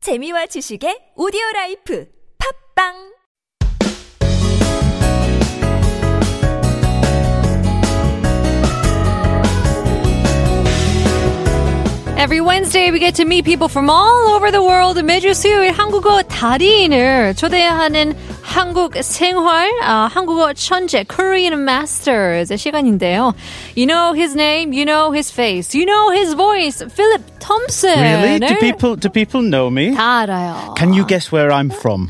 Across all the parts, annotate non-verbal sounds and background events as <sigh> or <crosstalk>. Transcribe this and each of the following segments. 재미와 지식의 오디오 라이프 팝빵 Every Wednesday, we get to meet people from all over the world. 매주 수요일 한국어 달인을 초대하는 한국 생활, 아, 한국어 천재, Korean Masters 시간인데요. You know his name, you know his face, you know his voice, Philip Thompson. Really? uh, Do people do people know me? 다 알아요. Can you guess where <laughs> I'm from?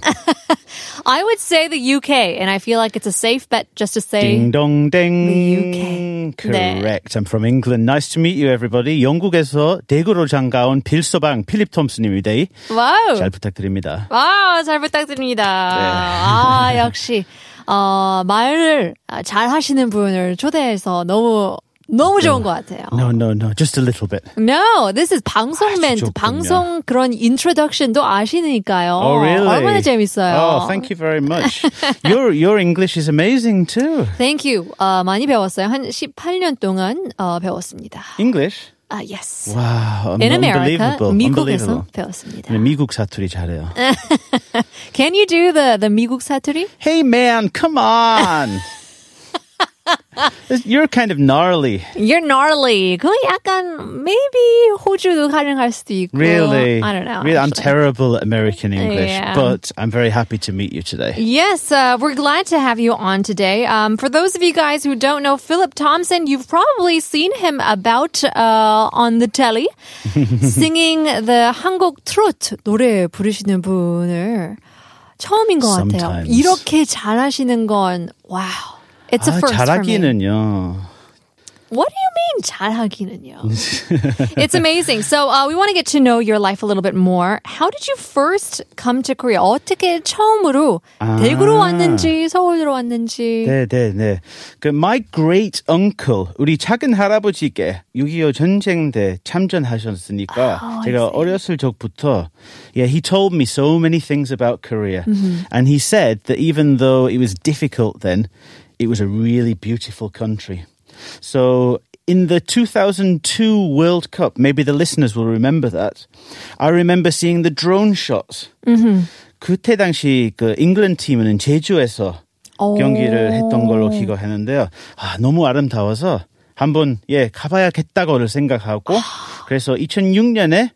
I would say the UK, and I feel like it's a safe bet just to say ding dong ding. The UK. 네. Correct. I'm from England. Nice to meet you, everybody. 영국에서 대구로 장가온 빌서방 필립 톰슨입니다. 와우. 잘 부탁드립니다. 아, 잘 부탁드립니다. 네. 아, 역시, 어, 말을 잘 하시는 분을 초대해서 너무, 네. 너무 좋은 것 같아요. No, no, no. Just a little bit. No, this is 방송 멘트, 아, 좋군요. 방송 그런 introduction도 아시니까요. Oh, really? 어, 얼마나 재밌어요. Oh, thank you very much. your your English is amazing too. Thank you. 어, 많이 배웠어요. 한 18년 동안 어, 배웠습니다. English? 아, yes. Wow, In America, 음, unbelievable. 미국에서 unbelievable. 배웠습니다. 미국 사투리 잘해요. Can you do the, the 미국 사투리? Hey man, come <laughs> on. You're kind of gnarly. You're gnarly. 그 약간 maybe 호주도 가능할 수도 있고. Really? I don't know. Really, I'm actually. terrible at American English, Yeah. but I'm very happy to meet you today. Yes, uh, we're glad to have you on today. Um, for those of you guys who don't know Philip Thompson, you've probably seen him about uh, on the <laughs> telly singing the 한국 트로트 노래 부르시는 분을 처음인 것 같아요. Sometimes. 이렇게 잘하시는 건 wow, it's a 아, first for me. Ah, 잘하기는요. What do you mean 잘하기는요? it's amazing. So uh, we want to get to know your life a little bit more. How did you first come to Korea? 어떻게 처음으로 대구로 왔는지 서울로 왔는지. 아. 네, 네, 네. 그 my great uncle, 우리 작은 할아버지께 6.25 전쟁 때 참전하셨으니까 제가 어렸을 적부터 yeah, he told me so many things about Korea. And he said that even though it was difficult then, it was a really beautiful country. So in the 2002 World Cup, maybe the listeners will remember that. I remember seeing the drone shots. 그때 당시 그 잉글랜드 팀은 제주에서 오. 경기를 했던 걸로 기억하는데요. 아, 너무 아름다워서 한번 예 가봐야겠다고를 생각하고 그래서 2006년에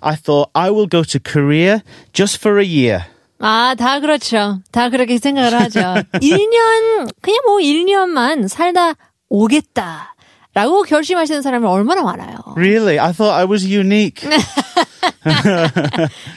I thought I will go to Korea just for a year. 아, 다 그렇죠. 다 그렇게 생각을 <laughs> 하죠. 1년 그냥 뭐 1년만 살다 오겠다. 라고 결심하시는 사람이 얼마나 많아요. Really, I thought I was unique.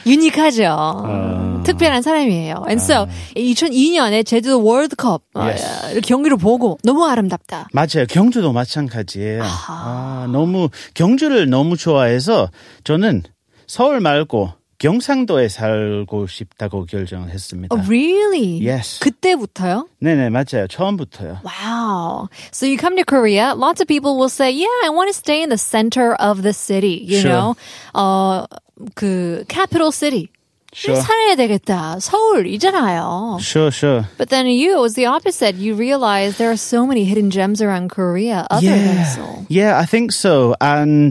유니크하죠. 아. 특별한 사람이에요. And so 2002년에 제주도 월드컵 어, Yes. 경기를 보고 너무 아름답다. 맞아요. 경주도 마찬가지예요. 아, 너무 경주를 너무 좋아해서 저는 서울 말고 경상도에 살고 싶다고 결정을 했습니다. Oh, really? Yes. 그때부터요? 네네 맞아요. 처음부터요. Wow. So you come to Korea, lots of people will say, yeah, I want to stay in the center of the city, you Sure. know? 어, 그, capital city. Sure. 살아야 되겠다. 서울이잖아요. Sure, sure. But then you, it was the opposite. You realize there are so many hidden gems around Korea other than Seoul. Yeah, I think so. And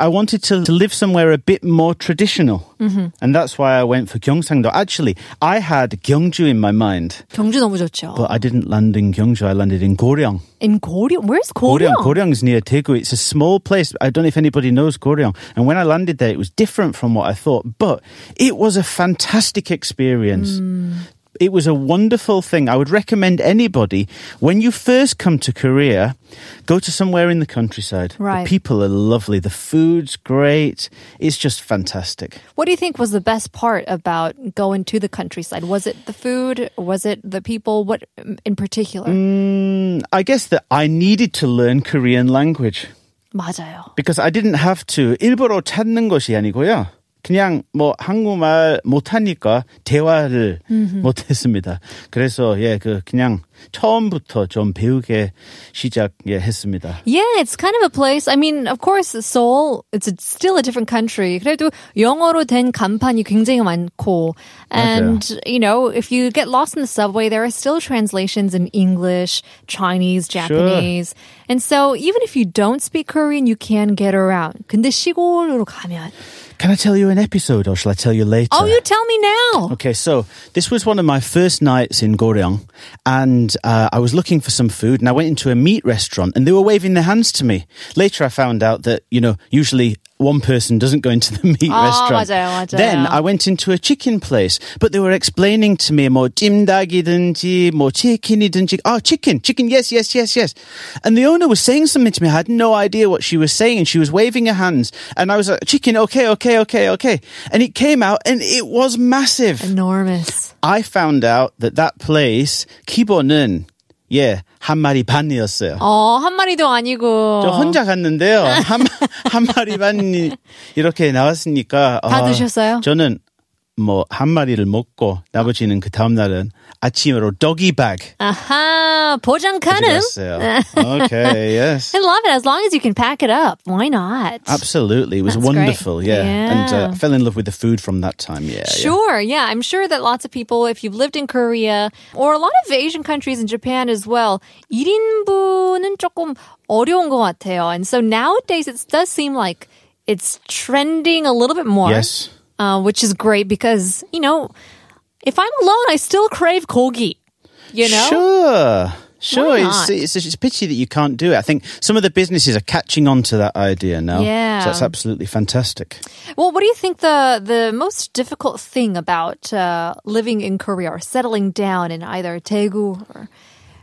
I wanted to, to live somewhere a bit more traditional. Mm-hmm. And that's why I went for Gyeongsangdo. Actually, I had Gyeongju in my mind, 경주 너무 좋죠. but I didn't land in Gyeongju. I landed in Goryeo. In Goryeo? Where's Goryeo. Goryeo? Goryeo is near Daegu. It's a small place. I don't know if anybody knows Goryeo. And when I landed there, it was different from what I thought, but it was a fantastic experience. It was a wonderful thing. I would recommend anybody when you first come to Korea, go to somewhere in the countryside. Right. The people are lovely. The food's great. It's just fantastic. What do you think was the best part about going to the countryside? Was it the food? Was it the people? What in particular? I guess that I needed to learn Korean language. 맞아요. Because I didn't have to 일부러 찾는 것이 아니고요. 그냥 뭐 한국말 못하니까 대화를 못했습니다. 그래서 예 그 그냥 처음부터 좀 배우게 시작했습니다. Yeah, it's kind of a place. I mean, of course, Seoul, it's a- still a different country. 그래도 영어로 된 간판이 굉장히 많고. And, you know, if you get lost in the subway, there are still translations in English, Chinese, Japanese. And so even if you don't speak Korean, you can get around. 근데 시골으로 가면. Can I tell you an episode or shall I tell you later? Oh, you tell me now. Okay, so this was one of my first nights in Goryeo, and uh, I was looking for some food, and I went into a meat restaurant, and they were waving their hands to me. Later, I found out that you know usually one person doesn't go into the <laughs> meat Ah, restaurant. 맞아요, 맞아요. Then I went into a chicken place, but they were explaining to me more 찜닭이든지, more chicken이든지. Oh, chicken, chicken, yes, yes, yes, yes. And the owner was saying something to me. I had no idea what she was saying, and she was waving her hands, and I was like, chicken, okay, okay, okay, okay. And it came out, and it was massive. Enormous. I found out that that place 기본은 예 한 마리 반이었어요. 어, 한 마리도 아니고. 저 혼자 갔는데요. <laughs> 한, 마- 한 마리 반이 이렇게 다 나왔으니까. 아, 드셨어요? 저는 뭐 한 마리를 먹고 나머지는 그 다음날은 아침으로 도기박 아하, 보장 가능. 가져갔어요. Okay, yes. <laughs> I love it. As long as you can pack it up, why not? Absolutely. It was That's great. wonderful. Yeah. And uh, Yeah. I fell in love with the food from that time. Yeah. yeah. Sure. Yeah. I'm sure that lots of people, if you've lived in Korea or a lot of Asian countries in Japan as well, 1인분은 조금 어려운 것 같아요. And so nowadays it does seem like it's trending a little bit more. Yes. Uh, which is great because, you know, if I'm alone, I still crave kogi. You know? Sure. Sure, Why it's, not? it's, it's a pity that you can't do it. I think some of the businesses are catching on to that idea now. Yeah. So that's absolutely fantastic. Well, what do you think the the most difficult thing about uh, living in Korea or settling down in either Daegu or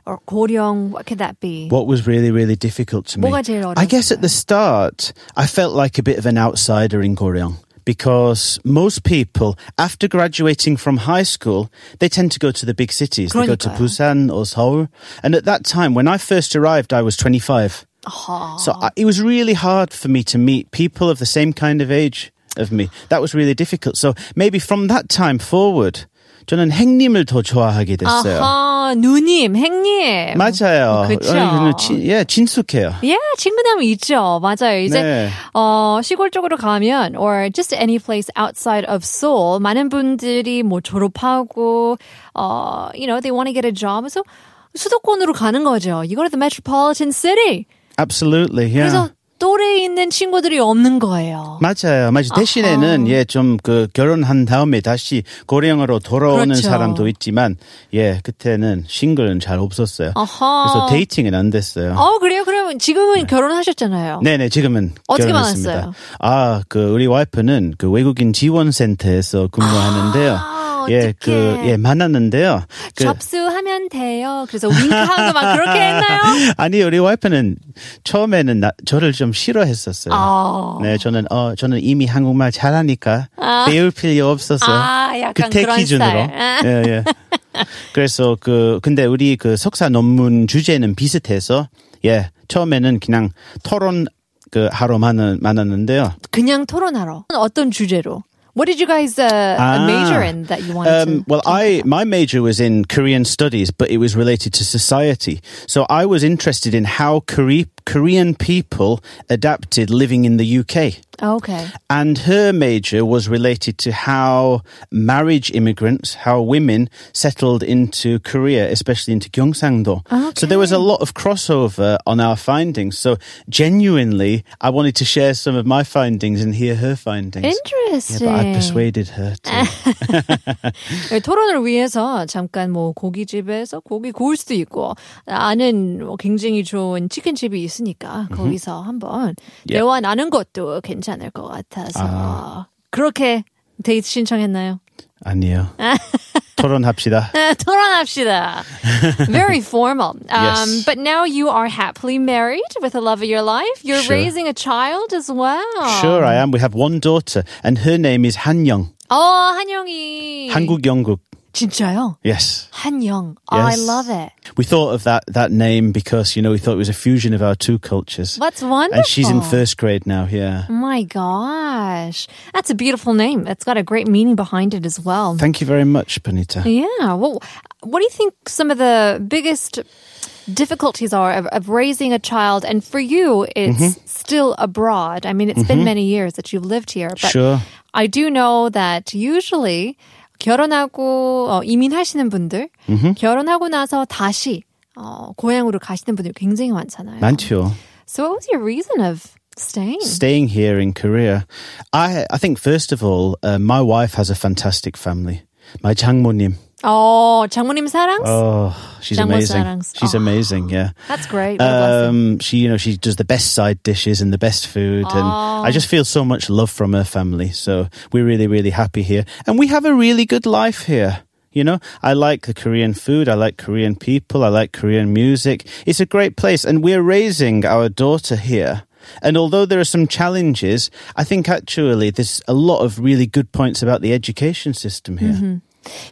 or Goryeo? What could that be? What was really, really difficult to me. 뭐가 제일 I guess at the start, I felt like a bit of an outsider in Goryeo because most people, after graduating from high school, they tend to go to the big cities. They go to 그러니까요. Busan or Seoul. And at that time, when I first arrived, I was 25. So I, it was really hard for me to meet people of the same kind of age of me. That was really difficult. So maybe from that time forward, 저는 행님을 더 좋아하게 됐어요. 아하, 누님, 행님. 어, 맞아요. 그쵸. 아니, 근데 친- 예, 친숙해요. 예, 친구남 있죠. 맞아요. 이제 네. 어, 시골 쪽으로 가면 or just any place outside of Seoul 많은 분들이 뭐 졸업하고 어, you know, they want to get a job. 그래서 수도권으로 가는 거죠. You go to the metropolitan city. Absolutely. 그래서 Yeah. 또래 있는 친구들이 없는 거예요. 맞아요. 어, 맞아요. 대신에는 예, 좀 그 결혼한 다음에 다시 고령으로 돌아오는 그렇죠. 사람도 있지만 예, 그때는 싱글은 잘 없었어요. 아하. 그래서 데이팅은 안 됐어요. 어 그래요? 그러면 지금은 결혼하셨잖아요. 네네 지금은 어떻게 결혼했습니다. 만났어요? 아그 우리 와이프는 그 외국인 지원센터에서 근무하는데요. 아, 예, 그, 어떡해. 예, 만났는데요. 그, 접수하면 돼요. 그래서 윙크하고 막 그렇게 <laughs> 했나요? 아니, 우리 와이프는 처음에는 나, 저를 좀 싫어했었어요. 아. 네, 저는, 어, 저는 이미 한국말 잘하니까 배울 필요 없었어요. 아, 약간 그때 그런 기준으로. 스타일. 아. 예, <laughs> 예. 그래서 그, 근데 우리 그 석사 논문 주제는 비슷해서, 예, 처음에는 그냥 토론 그 하러 만나- 만났는데요. 그냥 토론하러. 어떤 주제로? What did you guys uh, Ah. major in that you wanted Um, to? well, I my major was in Korean studies, but it was related to society. So I was interested in how Kore- Korean people adapted living in the UK. 아, Okay. And her major was related to how marriage immigrants, how women settled into Korea, especially into Gyeongsangdo. So there was a lot of crossover on our findings. So genuinely, I wanted to share some of my findings and hear her findings. 네. Yeah, Interesting. but I persuaded her to. 예, 토론을 위해서 잠깐 뭐 고기집에서 고기 구울 수도 있고 아는 뭐 굉장히 좋은 치킨집이 있으니까 거기서 한번 예. 대화 나는 것도 괜찮을 것 같아서 그렇게 데이트 신청했나요? 아니요. <laughs> 토론합시다. <laughs> 토론합시다. Very formal. Um, Yes. But now you are happily married with the love of your life. You're Sure. raising a child as well. Sure, Oh, I am. We have one daughter, and her name is Han Young. 어 한영이 한국 영국. 진짜요? Yes. 한영. Oh, I Yes. love it. We thought of that, that name because, you know, we thought it was a fusion of our two cultures. That's wonderful. Mm. Oh And she's in first grade now, yeah. My gosh. That's a beautiful name. It's got a great meaning behind it as well. Thank you very much, Panita. Yeah. Well, what do you think some of the biggest difficulties are of, of raising a child? And for you, it's still abroad. I mean, it's been many years that you've lived here. But Sure. I do know that usually 결혼하고 어, 이민하시는 분들, 결혼하고 나서 다시 어, 고향으로 가시는 분들 굉장히 많잖아요. Mantua. So what was your reason of staying? Staying here in Korea, I I think first of all, uh, my wife has a fantastic family. My 장모님, 어, 장모님 사랑? oh, she's 장모 amazing. 사랑스- She's Oh. amazing, yeah. That's great. What a blessing. Um, she, you know, she does the best side dishes and the best food, and I just feel so much love from her family. So we're really, really happy here, and we have a really good life here. You know, I like the Korean food. I like Korean people. I like Korean music. It's a great place, and we're raising our daughter here. And although there are some challenges, I think actually there's a lot of really good points about the education system here.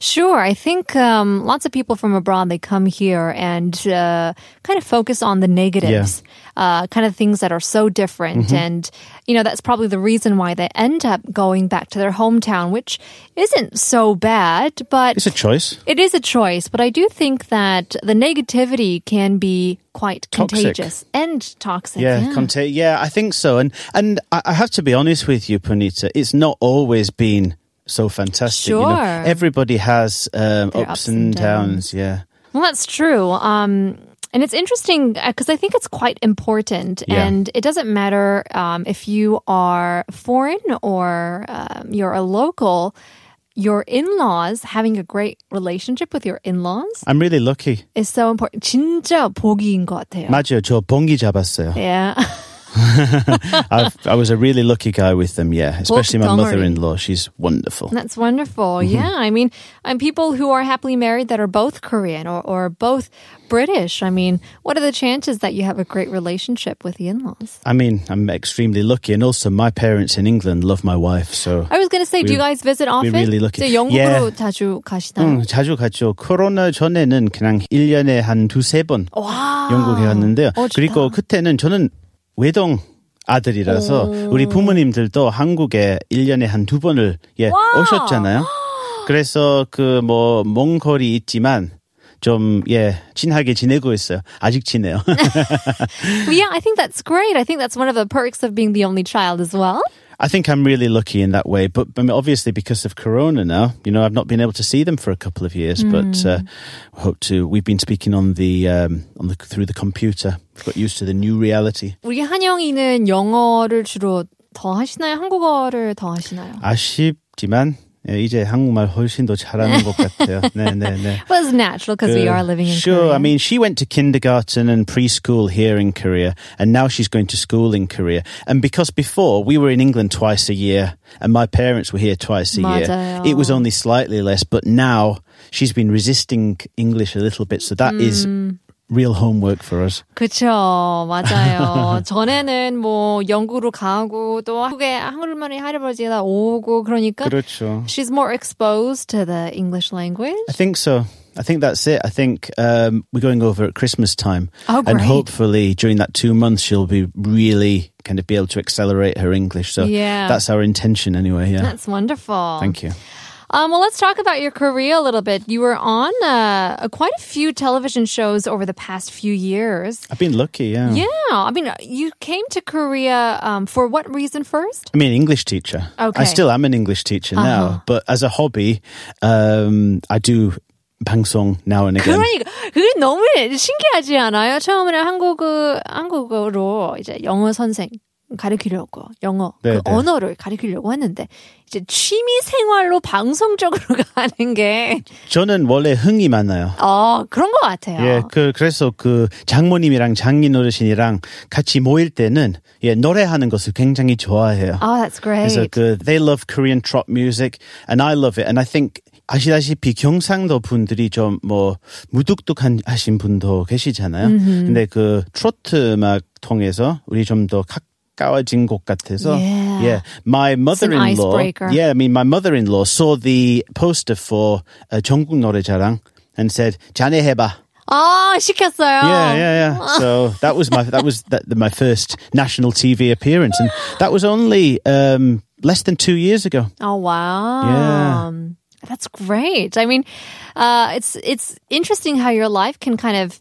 Sure. I think um, lots of people from abroad, they come here and uh, kind of focus on the negatives, uh, kind of things that are so different. Mm-hmm. And, you know, that's probably the reason why they end up going back to their hometown, which isn't so bad, but It's a choice. it is a choice. But I do think that the negativity can be quite Toxic. contagious and toxic. Yeah, conta- yeah, I think so. And and I, I have to be honest with you, Punita, it's not always been so fantastic. you know. Sure. everybody has um, Their ups ups, and and downs. downs. Yeah, Well, that's true. Um, and it's interesting because I think it's quite important. Yeah. And it doesn't matter um, if you are foreign or um, you're a local, your in laws, having a great relationship with your in laws I'm really lucky. is so important. 진짜 복이인 것 같아요. 맞아요, 저 봉기 잡았어요. yeah. <laughs> I've, I was a really lucky guy with them. Yeah, especially my 덩어리. mother-in-law. She's wonderful. That's wonderful. Yeah. I mean, and people who are happily married that are both Korean or, or both British. I mean, what are the chances that you have a great relationship with the in laws? I mean, I'm extremely lucky, and also my parents in England love my wife. So I was gonna say, do you guys visit often? really lucky. 이제 영국으로 Yeah. Mm. 자주 가시나요? 응, 자주 갔죠. 코로나 전에는 그냥 1년에 한 두세 번 영국에 갔는데요. 어, 좋다. 그리고 그때는 저는 외동 아들이라서 우리 부모님들도 한국에 1년에 한 두 번을 예, 오셨잖아요. 그래서 그 뭐 먼 거리 있지만 좀 예, 친하게 지내고 있어요. 아직 지내요. <laughs> yeah, I think that's great. I think that's one of the perks of being the only child as well. I think I'm really lucky in that way, but I mean, obviously because of Corona now, you know, I've not been able to see them for a couple of years. But uh, I hope to. We've been speaking on the um, on the through the computer. We've got used to the new reality. 우리 한영이는 영어를 주로 더 하시나요? 한국어를 더 하시나요? 아쉽지만 예, 이제 한국말 훨씬 더 잘하는 것 같아요. 네, 네, 네. Well, it's natural because <laughs> we Good. are living in sure. Korea. I mean, she went to kindergarten and preschool here in Korea, and now she's going to school in Korea. And because before we were in England twice a year, and my parents were here twice a 맞아요. year, it was only slightly less. But now she's been resisting English a little bit, so that is real homework for us. 그쵸, 맞아요. <laughs> 전에는 뭐 영국으로 가고 또 한국에 한국말이 할아버지가 오고 그러니까 그렇죠. she's more exposed to the English language. I think so. I think that's it. I think um, we're going over at Christmas time, Oh, and great. hopefully during that two months she'll be really kind of be able to accelerate her English. So Yeah. that's our intention anyway. Yeah. That's wonderful. Thank you. Um, well, let's talk about your career a little bit. You were on uh, uh, quite a few television shows over the past few years. I've been lucky. Yeah. Yeah, I mean, you came to Korea um, for what reason first? I mean, English teacher. Okay. Uh-huh. I still am an English teacher now, but as a hobby, um, I do bangsong now and again. 그러니까 그게 너무 신기하지 않아요? 처음에는 한국어 한국어로 이제 영어 선생 가르치려고 영어 네, 그 네. 언어를 가르치려고 했는데 이제 취미 생활로 방송 쪽으로 <laughs> 가는 게어 저는 원래 흥이 많아요. 그런 것 같아요. 예, 그 그래서 그 장모님이랑 장인어르신이랑 같이 모일 때는 예 노래하는 것을 굉장히 좋아해요. Oh, that's great. 그래서 그 they love Korean trot music and I love it and I think 아시다시피 경상도 분들이 좀 뭐 무뚝뚝한 하신 분도 계시잖아요. 근데 그 트로트 음악 통해서 우리 좀 더 가까워진 것 같아서 Yeah. Yeah, my mother-in-law. icebreaker. Yeah, I mean, my mother-in-law saw the poster for uh, 전국 노래자랑 and said, "자네 해봐." 아, 시켰어요. Yeah, yeah, yeah. So that was my that was that, my first national TV appearance, and that was only um, less than two years ago. Oh wow. That's great. I mean, uh, it's it's interesting how your life can kind of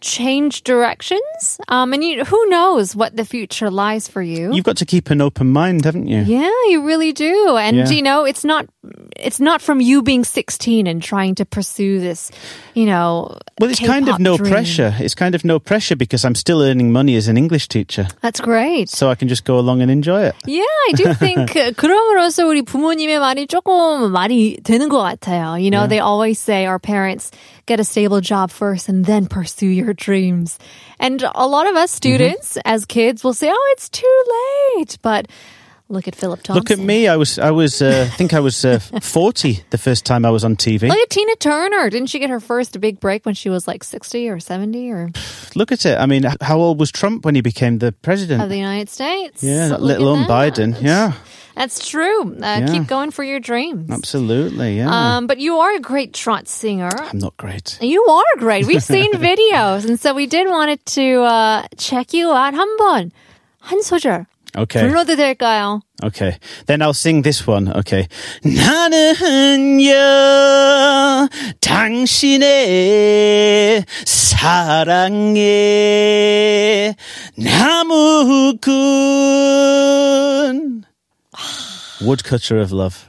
change directions. Um, and you, who knows what the future lies for you. You've got to keep an open mind, haven't you? yeah, you really do. And Yeah. you know, it's not it's not from you being 16 and trying to pursue this, you know, Well, it's kind of K-pop no dream. pressure. It's kind of no pressure because I'm still earning money as an English teacher, That's great. so I can just go along and enjoy it. Yeah, I <laughs> do think uh, 그럼으로써 우리 부모님의 말이 조금 말이 되는 것 같아요. You know, they always say our parents get a stable job first and then pursue your dreams. And a lot of Mm-hmm. us students as kids will say, "Oh, it's too late." But look at Philip Thompson. Look at me. I was, I was, uh, I think I was uh, 40 the first time I was on TV. Look at Tina Turner. Didn't she get her first big break when she was like 60 or 70 or Look at it. I mean, h- how old was Trump when he became the of president? the United States? Yeah, that Oh, Look let at alone that. Biden. Yeah, That's true. Uh, Yeah. Keep going for your dreams. absolutely. Yeah. Um, but you are a great trot singer. I'm not great. You are great. We've <laughs> seen videos, and so we did wanted to uh, check you out. 한번 한 소절 Okay. 불러도 될까요? <laughs> Okay. Then I'll sing this one. Okay. 나는요, 당신의 사랑에 나무꾼. Woodcutter of love.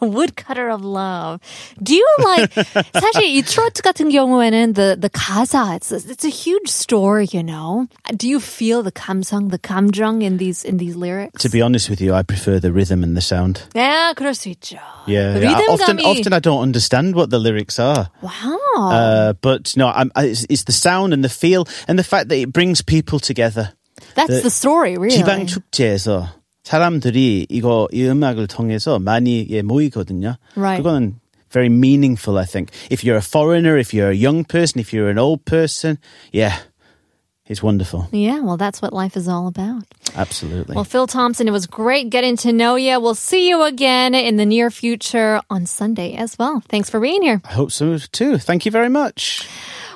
Woodcutter of Love. Do you <laughs> like 사실 이 트로트 같은 경우에는 the the 가사 it's a, it's a huge story, you know. Do you feel the 감성, the 감정 in these in these lyrics? To be honest with you, I prefer the rhythm and the sound. yeah, 그럴 수 있죠. Yeah. yeah. 리듬감이 Often, often I don't understand what the lyrics are. wow. Uh, but no, I'm, I, it's, it's the sound and the feel and the fact that it brings people together. That's the, the- story, really. 지방 축제에서 사람들이 이거 이 음악을 통해서 많이 예, 모이거든요. Right. 그거는 very meaningful, I think. If you're a foreigner, if you're a young person, if you're an old person, yeah, it's wonderful. Yeah, well, that's what life is all about. Absolutely. Well, Phil Thompson, it was great getting to know you. We'll see you again in the near future on Sunday as well. Thanks for being here. I hope so too. Thank you very much.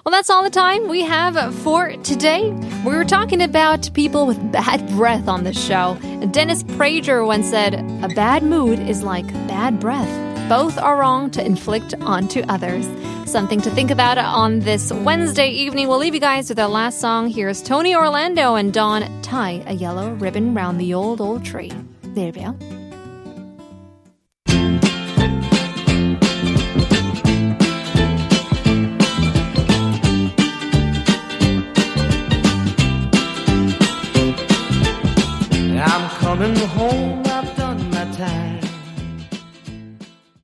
Well, that's all the time we have for today. We were talking about people with <laughs> bad breath on the show. Dennis Prager once said, A bad mood is like bad breath. Both are wrong to inflict onto others. Something to think about on this Wednesday evening. We'll leave you guys with our last song. Here's Tony Orlando and Don Tie a Yellow Ribbon Round the Old Old Tree. There we go. I'm coming home,